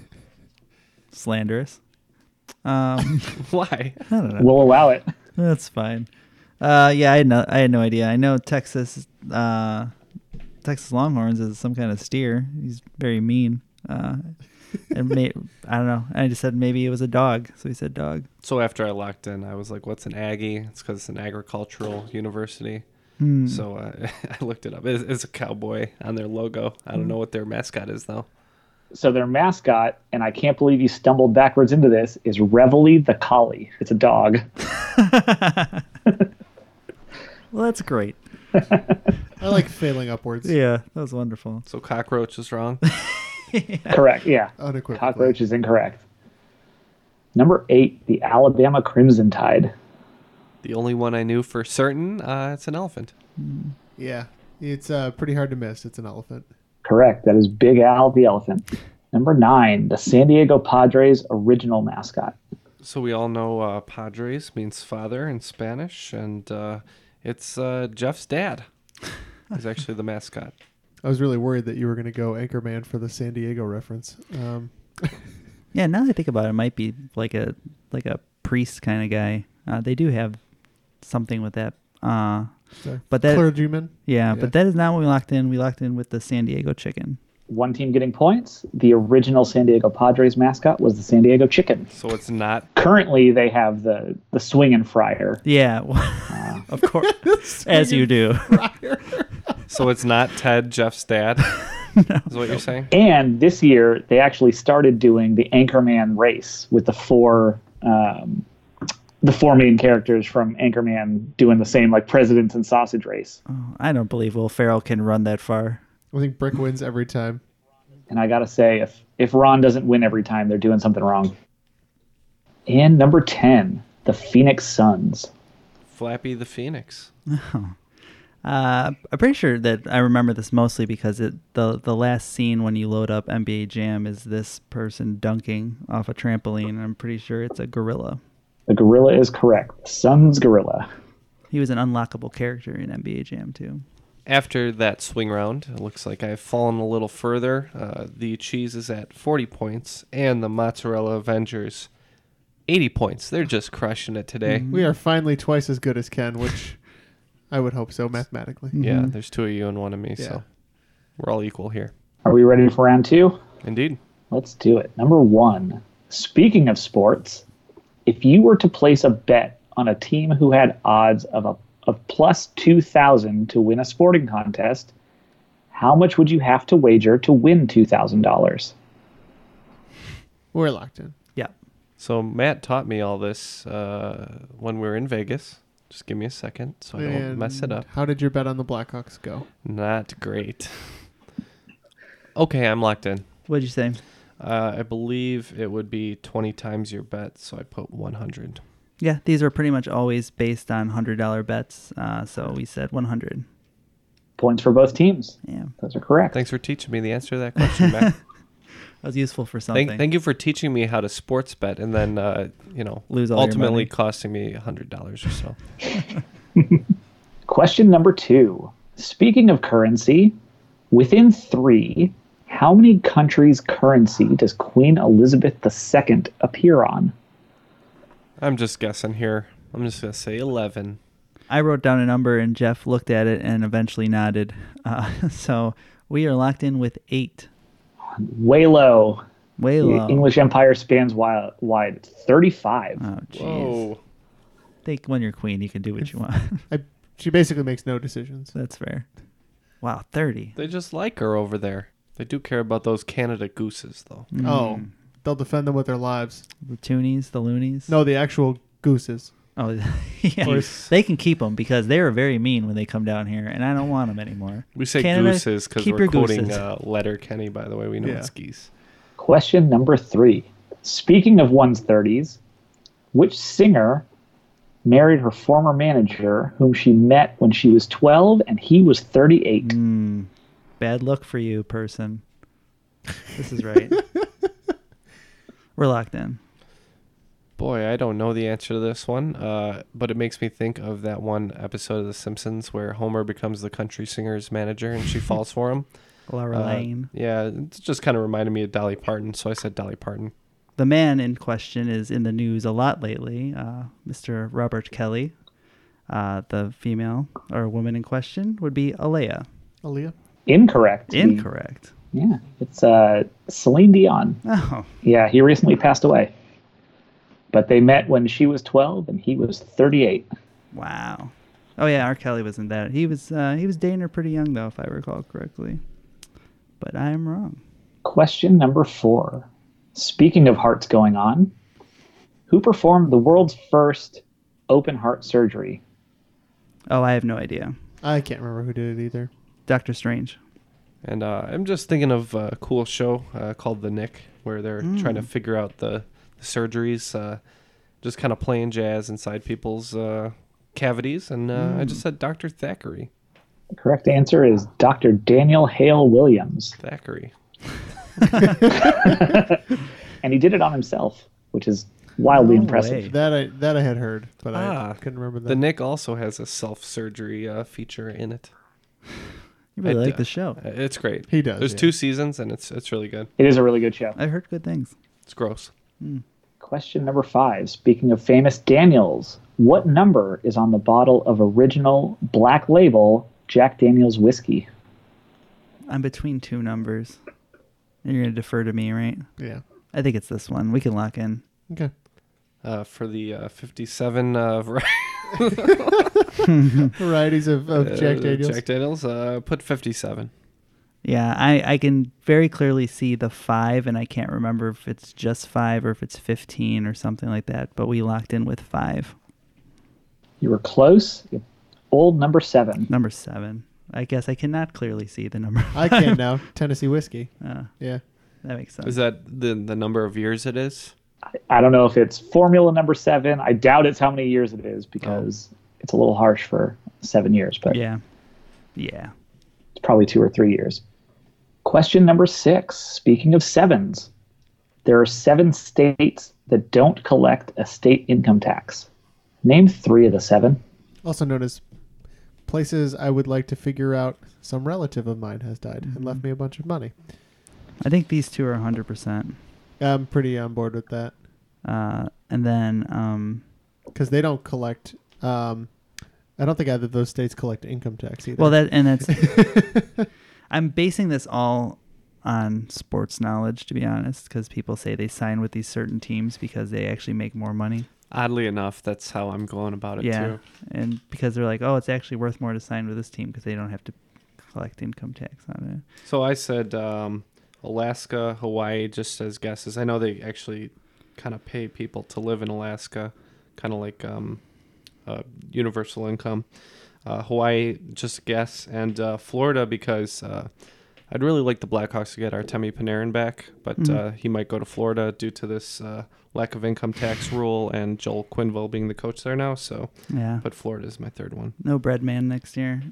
D: Slanderous. Um,
I: Why?
D: I don't know.
A: We'll allow it.
D: That's fine. Uh, yeah, I had no, I had no idea. I know Texas, uh, Texas Longhorns is some kind of steer. He's very mean. Uh, and may, I don't know. I just said maybe it was a dog, so he said dog.
I: So after I locked in, I was like, "What's an Aggie?" It's because it's an agricultural university.
D: Hmm.
I: So uh, I looked it up. It's, it's a cowboy on their logo. I don't know what their mascot is though.
A: So their mascot, and I can't believe you stumbled backwards into this, is Reveille the Collie. It's a dog.
D: Well, that's great.
C: I like failing upwards.
D: Yeah, that was wonderful.
I: So cockroach is wrong.
A: Correct. Yeah.
C: Unequivocally.
A: Cockroach is incorrect. Number eight, the Alabama Crimson Tide.
I: the only one I knew for certain. Uh, it's an elephant.
C: Yeah, it's uh, pretty hard to miss. It's an elephant.
A: Correct. That is Big Al the elephant. Number nine, the San Diego Padres original mascot.
I: So we all know uh, Padres means father in Spanish, and uh, it's uh, Jeff's dad. Is actually the mascot.
C: I was really worried that you were going to go Anchorman for the San Diego reference. Um,
D: Yeah, now that I think about it, it might be like a like a priest kind of guy. Uh, they do have something with that. Uh,
C: So,
D: but that
C: clergyman?
D: Yeah,
C: Yeah.
D: but that is not what we locked in. We locked in with the San Diego chicken.
A: One team getting points. The original San Diego Padres mascot was the San Diego Chicken.
I: So it's not.
A: Currently, they have the the swing and fryer.
D: Yeah, of course, as you do.
I: So it's not Ted, Jeff's dad. Is what you're saying?
A: And this year, they actually started doing the Anchorman race with the four um, the four main characters from Anchorman doing the same like presidents and sausage race.
D: Oh, I don't believe Will Ferrell can run that far.
C: I think Brick wins every time.
A: And I gotta say, if if Ron doesn't win every time, they're doing something wrong. And number ten, the Phoenix Suns.
I: Flappy the Phoenix.
D: Uh, I'm pretty sure that I remember this mostly because it the the last scene when you load up NBA Jam is this person dunking off a trampoline. and I'm pretty sure it's a gorilla.
A: The gorilla is correct. The Suns gorilla.
D: He was an unlockable character in NBA Jam too.
I: After that swing round, it looks like I've fallen a little further. Uh, the cheese is at 40 points, and the mozzarella Avengers, 80 points. They're just crushing it today.
C: We are finally twice as good as Ken, which I would hope so mathematically.
I: Yeah,
D: Mm-hmm.
I: there's two of you and one of me,
C: Yeah.
I: so we're all equal here.
A: Are we ready for round two?
I: Indeed.
A: Let's do it. Number one. Speaking of sports, if you were to place a bet on a team who had odds of a of plus two thousand to win a sporting contest, how much would you have to wager to win two thousand dollars?
C: We're locked in.
D: Yeah.
I: So Matt taught me all this uh, when we were in Vegas. Just give me a second so I don't mess it
C: And
I: up.
C: How did your bet on the Blackhawks go?
I: Not great. Okay, I'm locked in.
D: What'd you say?
I: Uh, I believe it would be 20 times your bet, so I put 100.
D: Yeah, these are pretty much always based on hundred dollar bets. Uh, so we said 100.
A: Points for both teams.
D: Yeah,
A: those are correct.
I: Thanks for teaching me the answer to that question, Matt.
D: That was useful for something.
I: thank, thank you for teaching me how to sports bet and then, uh, you know,
D: Lose all your
I: ultimately
D: money.
I: costing me $100 or so.
A: Question number two. Speaking of currency, within three, how many countries' currency does Queen Elizabeth II appear on?
I: I'm just guessing here. I'm just going to say 11.
D: I wrote down a number and Jeff looked at it and eventually nodded. Uh, so we are locked in with eight.
A: Way low.
D: Way low.
A: The English Empire spans wide. wide. It's 35.
D: Oh, jeez. Think when you're queen, you can do what you want.
C: I, she basically makes no decisions.
D: That's fair. Wow, 30.
I: They just like her over there. They do care about those Canada gooses, though.
D: Mm.
C: Oh, they'll defend them with their lives.
D: The toonies, the loonies.
C: No, the actual gooses.
D: Oh, yeah. They can keep them because they are very mean when they come down here, and I don't want them anymore.
I: We say
D: Canada,
I: gooses because
D: keep
I: we're
D: your
I: quoting
D: gooses.
I: uh, Letter Kenny, by the way. We know
A: Yeah.
I: it's geese.
A: Question number three. Speaking of one's 30s, which singer married her former manager, whom she met when she was 12 and he was 38?
D: Bad luck for you, person. This is right. we're locked in.
I: Boy, I don't know the answer to this one, uh, but it makes me think of that one episode of The Simpsons where Homer becomes the country singer's manager and she falls for him.
D: Laura
I: Uh,
D: Lane.
I: Yeah, it just kind of reminded me of Dolly Parton, so I said Dolly Parton.
D: The man in question is in the news a lot lately, uh, Mr. Robert Kelly. Uh, the female or woman in question would be Alea.
C: Aaliyah.
A: Incorrect.
D: Incorrect.
A: Yeah, it's uh, Celine Dion.
D: Oh.
A: Yeah, he recently passed away. But they met when she was 12 and he was 38.
D: Wow. Oh yeah, R. Kelly was in that. He was uh, he was dating her pretty young though, if I recall correctly. But I am wrong.
A: Question number four. Speaking of hearts going on, who performed the world's first open heart surgery?
D: Oh, I have no idea.
C: I can't remember who did it either.
D: Doctor Strange.
I: And uh, I'm just thinking of a cool show uh, called The Nick, where they're trying to
D: Mm.
I: figure out the, the surgeries, uh, just kind of playing jazz inside people's uh, cavities. And uh, I just said Dr. Thackeray.
A: The correct answer is Dr. Daniel Hale Williams.
I: Thackeray.
A: and he did it on himself, which is wildly
C: No
A: impressive.
C: way. That I that I had heard, but I
I: Ah,
C: couldn't remember that.
I: The Nick also has a self surgery uh, feature in it.
D: You really
I: I
D: like
I: do-
D: the show.
I: It's great.
C: He does,
I: There's
C: yeah.
I: two seasons, and it's it's really good.
A: It is a really good show.
D: I heard good things.
I: It's gross.
A: Question number five. Speaking of famous Daniels, what number is on the bottle of original black label Jack Daniels whiskey?
D: I'm between two numbers. You're gonna defer to me, right?
C: Yeah.
D: I think it's this one. We can lock in.
C: Okay.
I: Uh, for the uh, 57 uh, vari-
C: Varieties of, of Jack
I: uh,
C: Daniels.
I: Jack Daniels. Uh, put 57.
D: Yeah, I, I can very clearly see the five, and I can't remember if it's just five or if it's 15 or something like that, but we locked in with five.
A: You were close. Old number seven.
D: Number seven. I guess I cannot clearly see the number.
C: I can now. Tennessee whiskey.
D: Ah.
C: yeah,
D: that makes sense.
I: Is that the the number of years it is?
A: I don't know if it's formula number seven. I doubt it's how many years it is because
I: Oh.
A: it's a little harsh for seven years, but
D: yeah, yeah,
A: it's probably two or three years. Question number six. Speaking of sevens, there are seven states that don't collect a state income tax. Name three of the seven.
C: also known as places I would like to figure out some relative of mine has died and
D: Mm-hmm.
C: left me a bunch of money.
D: I think these two are 100%.
C: I'm pretty on board with that.
D: Uh, and then, um,
C: because they don't collect. Um, I don't think either of those states collect income tax either.
D: Well, that and that's. I'm basing this all on sports knowledge, to be honest, because people say they sign with these certain teams because they actually make more money.
I: Oddly enough, that's how I'm going about it
D: yeah,
I: too.
D: and because they're like, oh, it's actually worth more to sign with this team because they don't have to collect income tax on it.
I: So I said um, Alaska, Hawaii, just as guesses. I know they actually kind of pay people to live in Alaska, kind of like um, uh, universal income. Uh, Hawaii, just a guess, and uh, Florida because uh, I'd really like the Blackhawks to get Artemi Panarin back, but
D: Mhm.
I: uh, he might go to Florida due to this uh, lack of income tax rule and Joel Quinville being the coach there now. So,
D: Yeah.
I: but Florida is my third one.
D: No bread man next year.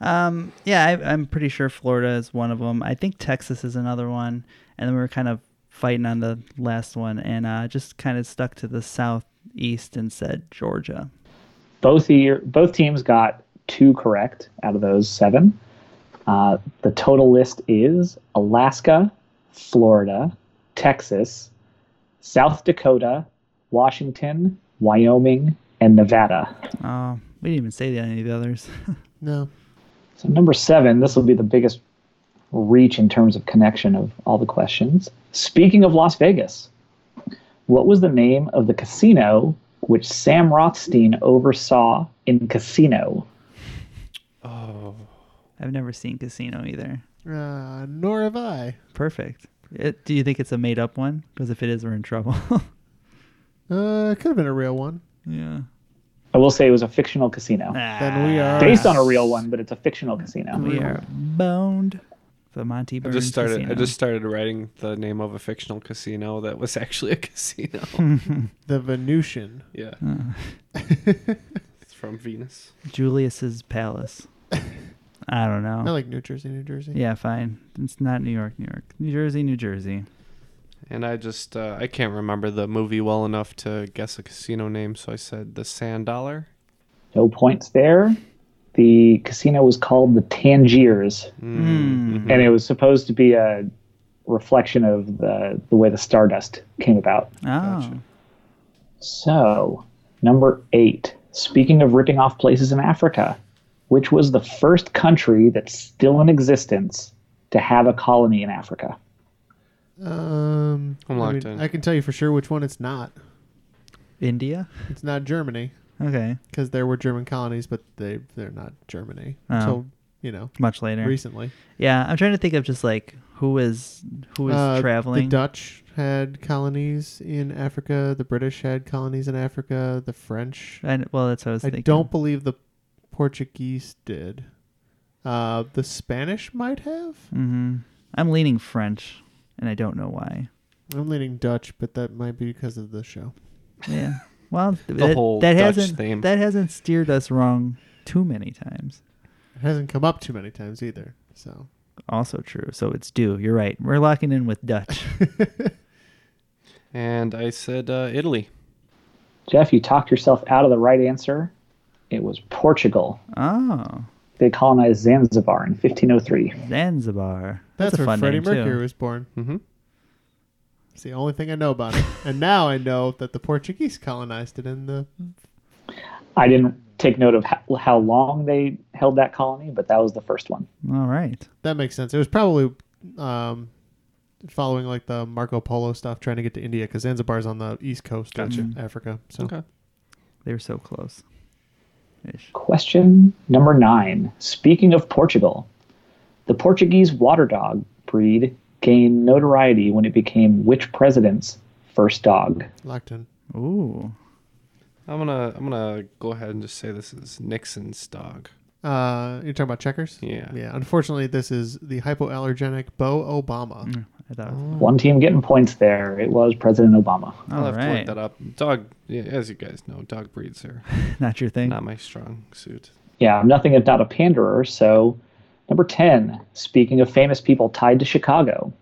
D: Um, yeah, I, I'm pretty sure Florida is one of them. I think Texas is another one, and then we were kind of fighting on the last one, and uh, just kind of stuck to the southeast and said Georgia.
A: both year, both teams got two correct out of those seven. Uh, the total list is Alaska, Florida, Texas, South Dakota, Washington, Wyoming, and Nevada.
D: Oh, we didn't even say any of the others.
C: no.
A: So number seven, this will be the biggest reach in terms of connection of all the questions. Speaking of Las Vegas, what was the name of the casino which Sam Rothstein oversaw in Casino?
I: Oh,
D: I've never seen Casino either.
C: Uh, nor have I.
D: Perfect. It, do you think it's a made up one? Because if it is, we're in trouble.
C: Uh, it could have been a real one.
D: yeah.
A: I will say it was a fictional casino.
D: Ah.
C: Then we are
A: based on a real one, but it's a fictional casino.
D: We are boned. The Monty
I: I
D: Burns
I: just started.
D: Casino.
I: I just started writing the name of a fictional casino that was actually a casino.
C: The Venusian.
I: yeah, it's from Venus.
D: Julius's Palace. I don't know.
C: I like New Jersey, New Jersey.
D: Oh. Yeah, fine. It's not New York, New York. New Jersey, New Jersey.
I: And I just uh, I can't remember the movie well enough to guess a casino name, so I said the Sand Dollar.
A: No points there. The casino was called the Tangiers,
D: Hmm.
A: and it was supposed to be a reflection of the, the way the Stardust came about.
D: Oh.
A: So, number eight. Speaking of ripping off places in Africa, which was the first country that's still in existence to have a colony in Africa?
C: Um, I
I: I'm locked in.
C: I can tell you for sure which one it's not.
D: India?
C: It's not Germany
D: Okay.
C: because there were German colonies, but they they're not Germany
D: Oh.
C: until you know
D: Much later.
C: Recently,
D: Yeah, I'm trying to think of just like who is who is
C: Uh, The
D: traveling.
C: Dutch had colonies in Africa. The British had colonies in Africa. The French.
D: And well, that's what I was
C: I
D: thinking.
C: don't believe the Portuguese did. Uh, the Spanish might have.
D: hmm I'm leaning French, and I don't know why.
C: I'm leaning Dutch, but that might be because of the show.
D: Yeah. Well,
C: The
D: that,
C: whole
D: that
C: Dutch
D: hasn't
C: theme.
D: that hasn't steered us wrong too many times.
C: It hasn't come up too many times either. So
D: Also true. So it's due. You're right. We're locking in with Dutch.
I: And I said uh, Italy.
A: Jeff, you talked yourself out of the right answer. It was Portugal.
D: Oh.
A: They colonized Zanzibar in 1503.
D: Zanzibar.
C: that's,
D: That's, a
C: where
D: fun
C: Freddie
D: name
C: Mercury
D: too.
C: was born.
I: Mm-hmm.
C: It's the only thing I know about it, and now I know that the Portuguese colonized it in the
A: I didn't take note of how, how long they held that colony, but that was the first one.
D: All right.
C: That makes sense. It was probably um, following like the Marco Polo stuff, trying to get to India because Zanzibar's on the east coast
I: Gotcha.
D: Mm.
C: of Africa. So
I: Okay.
D: They were so close. Ish.
A: Question number nine. Speaking of Portugal, The Portuguese water dog breed gained notoriety when it became which president's first dog?
C: Lockton.
D: Ooh.
I: I'm gonna I'm gonna go ahead and just say this is Nixon's dog.
C: Uh, you're talking about checkers?
I: Yeah.
C: Yeah. Unfortunately, this is the hypoallergenic Bo Obama.
D: I thought
A: One team getting points there. It was President Obama.
I: I'll have to look that up. Dog, yeah, as you guys know, dog breeds are
D: not your thing.
I: Not my strong suit.
A: Yeah, I'm nothing if not a panderer. So, number 10, speaking of famous people tied to Chicago,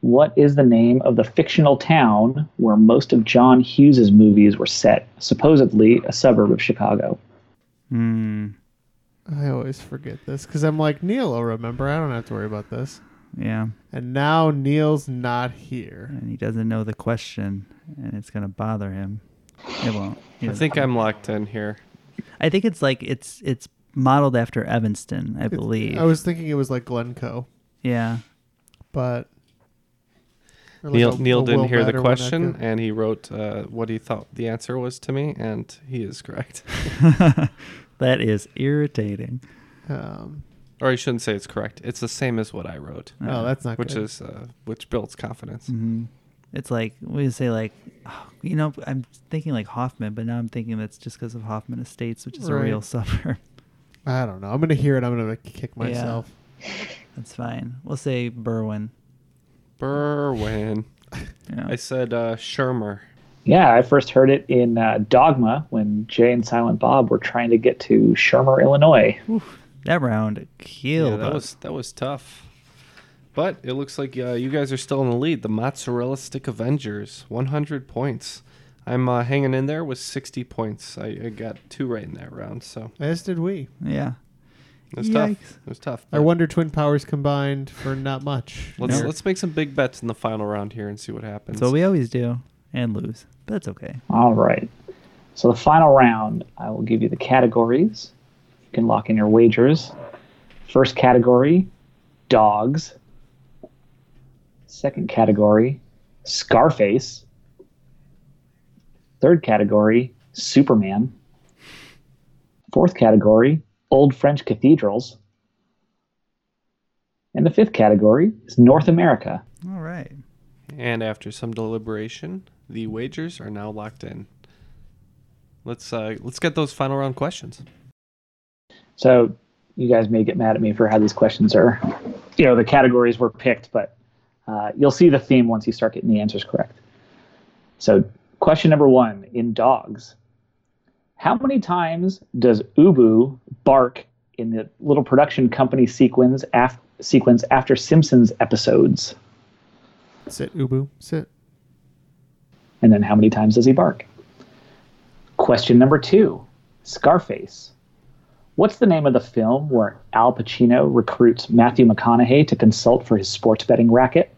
A: what is the name of the fictional town where most of John Hughes's movies were set? Supposedly a suburb of Chicago.
D: Hmm.
C: I always forget this because I'm like Neil. will remember. I don't have to worry about this.
D: Yeah.
C: And now Neil's not here.
D: And he doesn't know the question, and it's gonna bother him. It won't. He
I: I
D: doesn't-
I: think I'm locked in here.
D: I think it's like it's it's modeled after Evanston, I believe.
C: I was thinking it was like Glencoe,
D: yeah.
C: but or like
I: Neil,
C: a-
I: Neil
C: a
I: didn't
C: Will
I: hear the
C: Matter one, that
I: question,
C: could-
I: and he wrote uh, what he thought the answer was to me, and he is correct.
D: That is irritating.
C: Um,
I: or I shouldn't say it's correct. It's the same as what I wrote.
C: Oh, that's not
I: which
C: good.
I: is uh, which builds confidence.
D: hmm It's like we say like, oh, you know, I'm thinking like Hoffman, but now I'm thinking that's just because of Hoffman Estates, which is a
C: Right.
D: real suburb.
C: I don't know. I'm gonna hear it. I'm gonna kick
D: Yeah.
C: myself.
D: That's fine. We'll say Berwyn.
I: Berwyn. I said uh, Shermer.
A: Yeah, I first heard it in uh, Dogma when Jay and Silent Bob were trying to get to Shermer, Illinois.
D: That round
I: Yeah,
D: killed
I: that
D: us.
I: was that was tough. But it looks like uh, you guys are still in the lead. The Mozzarella Stick Avengers, 100 points. I'm uh, hanging in there with 60 points. I, I got two right in that round, so
C: As did we.
D: Yeah.
I: it was
C: Yikes.
I: tough. It was tough.
C: I wonder Twin Powers combined for not much.
I: Let's
C: No.
I: let's make some big bets in the final round here and see what happens.
D: That's what we always do and lose, but that's okay.
A: All right. So the final round, I will give you the categories. You can lock in your wagers. First category, dogs. Second category, Scarface. Third category, Superman. Fourth category, Old French Cathedrals. And the fifth category is North America.
D: All right.
I: And after some deliberation, the wagers are now locked in. Let's uh, let's get those final round questions.
A: So you guys may get mad at me for how these questions are. You know, the categories were picked, but uh, you'll see the theme once you start getting the answers correct. So, question number one in dogs How many times does Ubu bark in the little production company sequence, af- sequence after Simpsons episodes?
C: sit, Ubu. Sit.
A: And then how many times does he bark? Question number two Scarface. What's the name of the film where Al Pacino recruits Matthew McConaughey to consult for his sports betting racket?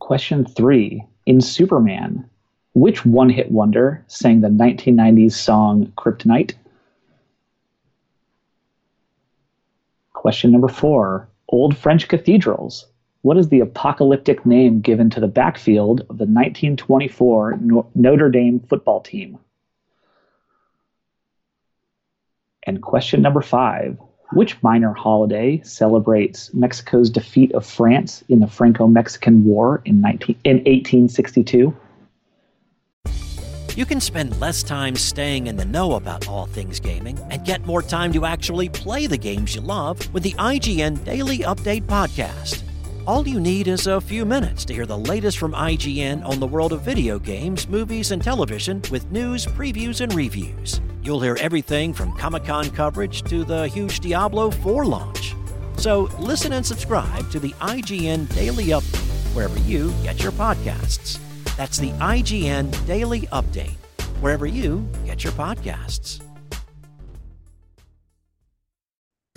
A: Question three In Superman, which one hit wonder sang the 1990s song Kryptonite? Question number four Old French cathedrals. What is the apocalyptic name given to the backfield of the 1924 No- Notre Dame football team? And question number five Which minor holiday celebrates Mexico's defeat of France in the Franco Mexican War in, 19- in 1862?
J: You can spend less time staying in the know about all things gaming and get more time to actually play the games you love with the IGN Daily Update Podcast. All you need is a few minutes to hear the latest from IGN on the world of video games, movies, and television with news, previews, and reviews. You'll hear everything from Comic Con coverage to the huge Diablo 4 launch. So listen and subscribe to the IGN Daily Update wherever you get your podcasts. That's the IGN Daily Update wherever you get your podcasts.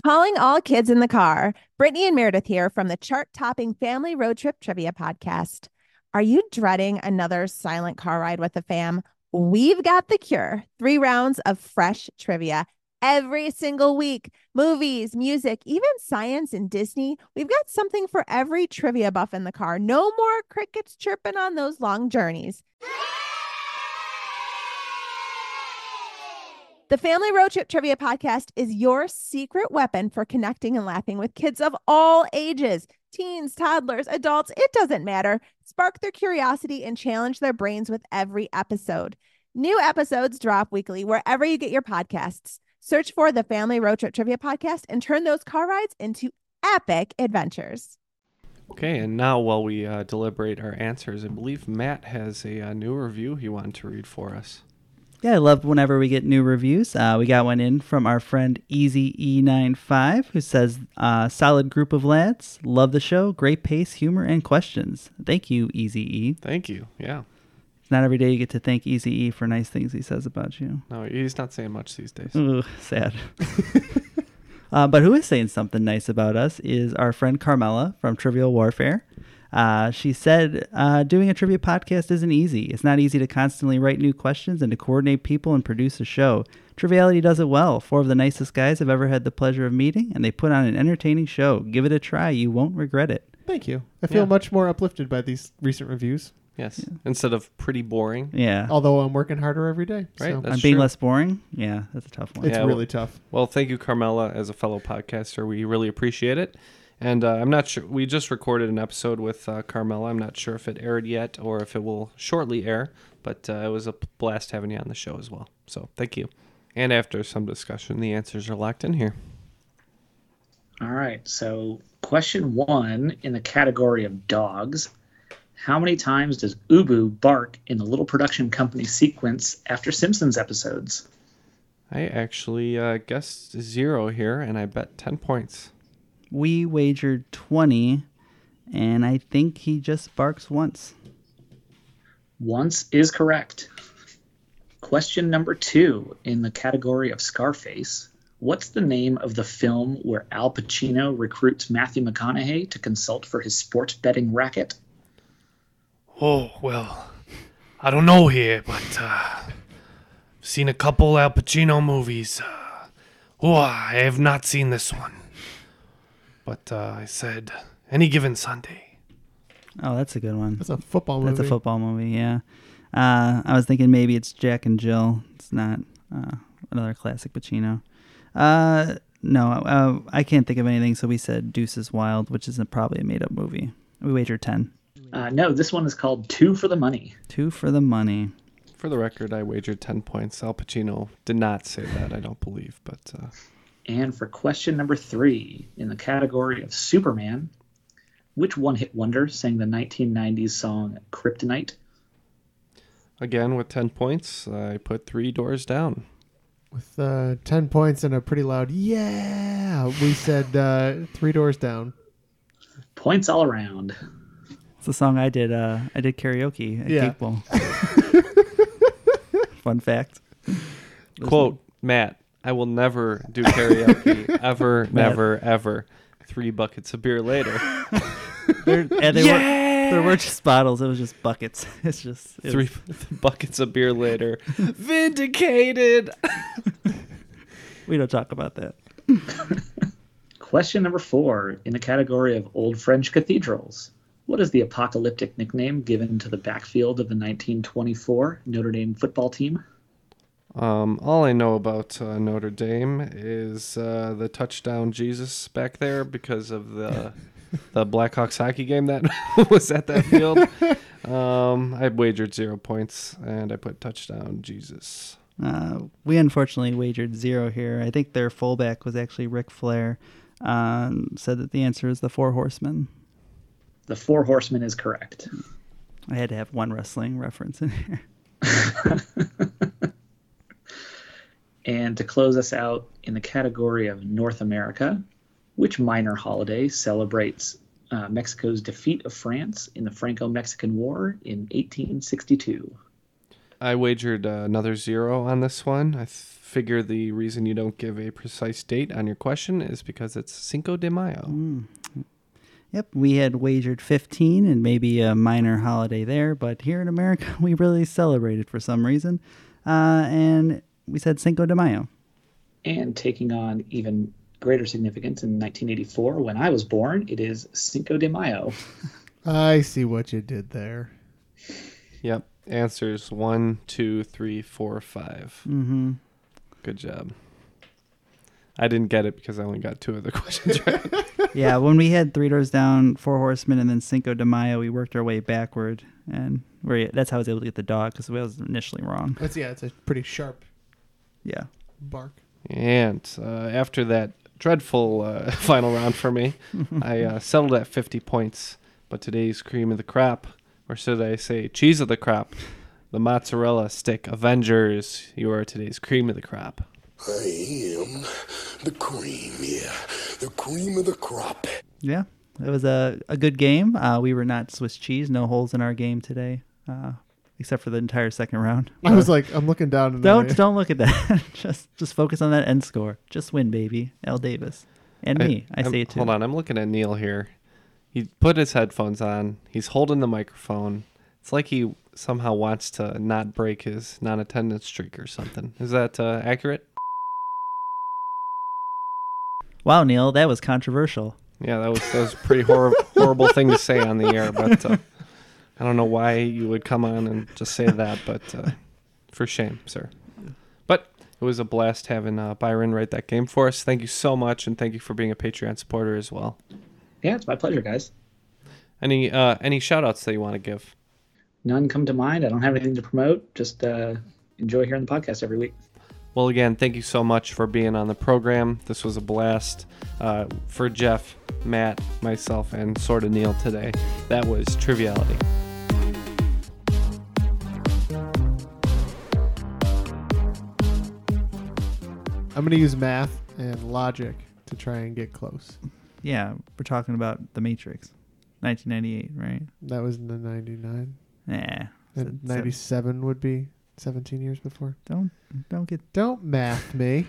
K: Calling all kids in the car. Brittany and Meredith here from the chart topping Family Road Trip Trivia Podcast. Are you dreading another silent car ride with the fam? We've got the cure. Three rounds of fresh trivia every single week movies, music, even science and Disney. We've got something for every trivia buff in the car. No more crickets chirping on those long journeys.
D: The Family Road Trip Trivia Podcast is your secret weapon for connecting and laughing with kids of all ages teens, toddlers, adults, it doesn't matter. Spark their curiosity and challenge their brains with every episode. New episodes drop weekly wherever you get your podcasts. Search for the Family Road Trip Trivia Podcast and turn those car rides into epic adventures.
C: Okay, and now while we uh, deliberate our answers, I believe Matt has a uh, new review he wanted to read for us.
A: Yeah, I love whenever we get new reviews. Uh, we got one in from our friend Easy E95 who says, uh, "Solid group of lads, love the show, great pace, humor, and questions." Thank you, Easy E.
C: Thank you. Yeah.
A: It's not every day you get to thank Easy E for nice things he says about you.
C: No, he's not saying much these days.
A: Ooh, sad. uh, but who is saying something nice about us is our friend Carmela from Trivial Warfare. Uh, she said, uh, doing a trivia podcast isn't easy. It's not easy to constantly write new questions and to coordinate people and produce a show. Triviality does it well. Four of the nicest guys I've ever had the pleasure of meeting, and they put on an entertaining show. Give it a try. You won't regret it.
L: Thank you. I feel
C: Yeah.
L: much more uplifted by these recent reviews.
C: Yes. Instead of pretty boring.
A: Yeah.
L: Although I'm working harder every day.
C: Right.
L: so-
C: that's
A: I'm being
C: true.
A: less boring? Yeah, that's a tough one.
L: It's
C: Yeah,
L: really
C: well-
L: tough.
C: Well, thank you, Carmela, as a fellow podcaster. We really appreciate it. And uh, I'm not sure. We just recorded an episode with uh, Carmela. I'm not sure if it aired yet or if it will shortly air, but uh, it was a blast having you on the show as well. So thank you. And after some discussion, the answers are locked in here.
B: All right. So, question one in the category of dogs How many times does Ubu bark in the Little Production Company sequence after Simpsons episodes?
C: I actually uh, guessed zero here, and I bet 10 points.
A: We wagered 20, and I think he just barks once.
B: Once is correct. Question number two in the category of Scarface What's the name of the film where Al Pacino recruits Matthew McConaughey to consult for his sports betting racket?
I: Oh, well, I don't know here, but uh, I've seen a couple Al Pacino movies. Uh, oh, I have not seen this one. But uh, I said, any given Sunday.
A: Oh, that's a good one. That's
L: a football
A: That's a
L: movie.
A: football movie, yeah. Uh, I was thinking maybe it's Jack and Jill. It's not uh, another classic Pacino. Uh, no, uh, I can't think of anything, so we said Deuce is Wild, which is a, probably a made up movie. We wager 10.
B: Uh, no, this one is called Two for the Money.
A: Two for the money.
C: For the record, I wagered 10 points. Al Pacino did not say that, I don't believe, but uh,
B: And for question number three, in the category of Superman, which one hit wonder sang the 1990s song Kryptonite?
C: again, with 10 points, I put three doors down.
L: With uh, 10 points and a pretty loud, yeah, we said uh, three doors down.
B: Points all around.
A: It's the song I did. Uh, I did karaoke at
B: Yeah.
A: Geek Bowl. Fun fact.
C: Quote, Matt, I will never do karaoke. ever,
A: Matt.
C: never, ever. Three buckets of beer later.
A: There, and they
C: Yeah!
A: were, there were just bottles. It was just buckets. It's just it
C: Three
A: was-
C: buckets of beer later.
I: Vindicated!
A: we don't talk about that.
B: Question number four, in the category of Old French cathedrals, what is the apocalyptic nickname given to the backfield of the 1924 Notre Dame football team?
C: Um, all I know about uh, Notre Dame is uh, the touchdown Jesus back there because of the the Blackhawks hockey game that was at that field. um, I wagered zero points and I put touchdown Jesus.
A: Uh, we unfortunately wagered zero here. I think their fullback was actually Ric Flair. Um, said that the answer is the Four Horsemen.
B: The Four Horsemen is correct.
A: I had to have one wrestling reference in here.
B: And to close us out in the category of North America, which minor holiday celebrates uh, Mexico's defeat of France in the Franco Mexican War in 1862?
C: I wagered uh, another zero on this one. I th- figure the reason you don't give a precise date on your question is because it's Cinco de Mayo.
A: Yep, we had wagered 15 and maybe a minor holiday there, but here in America, we really celebrated for some reason. Uh, and we said Cinco de Mayo.
B: And taking on even greater significance in 1984, when I was born, it is Cinco de Mayo.
L: I see what you did there.
C: Yep. Answers one, two, three, four, five.
A: Mm-hmm.
C: Good job. I didn't get it because I only got two of the questions right.
A: yeah, when we had Three Doors Down, Four Horsemen, and then Cinco de Mayo, we worked our way backward, and we're, that's how I was able to get the dog because I was initially wrong.
D: That's yeah, it's a pretty sharp
A: Yeah.
D: bark.
C: And uh, after that dreadful uh, final round for me, I uh, settled at 50 points. But today's cream of the crop, or should I say cheese of the crop, the mozzarella stick Avengers, you are today's cream of the crop.
I: I am the cream, yeah. The cream of the crop.
A: Yeah, it was a, a good game. Uh, we were not Swiss cheese, no holes in our game today, uh, except for the entire second round.
D: I was like, I'm looking down. and
A: don't
D: I-
A: don't look at that. just just focus on that end score. Just win, baby. L Davis and me. I
C: I'm-
A: say it too.
C: Hold on, I'm looking at Neil here. He put his headphones on. He's holding the microphone. It's like he somehow wants to not break his non-attendance streak or something. Is that uh, accurate?
A: Wow, Neil, that was controversial.
C: Yeah, that was that was a pretty hor- horrible thing to say on the air, but uh, I don't know why you would come on and just say that, but uh, for shame, sir. But it was a blast having uh, Byron write that game for us. Thank you so much, and thank you for being a Patreon supporter as well.
M: Yeah, it's my pleasure, guys.
C: Any uh, any shout outs that you want to give?
M: None come to mind. I don't have anything to promote. Just uh, enjoy hearing the podcast every week.
C: Well, again, thank you so much for being on the program. This was a blast uh, for Jeff, Matt, myself, and sort of Neil today. That was Triviality.
D: I'm gonna use math and logic to try and get close.
A: Yeah, we're talking about The Matrix, 1998, right?
D: That was in the '99.
A: Yeah.
D: And '97 would be 17 years before.
A: Don't don't get
D: don't math me.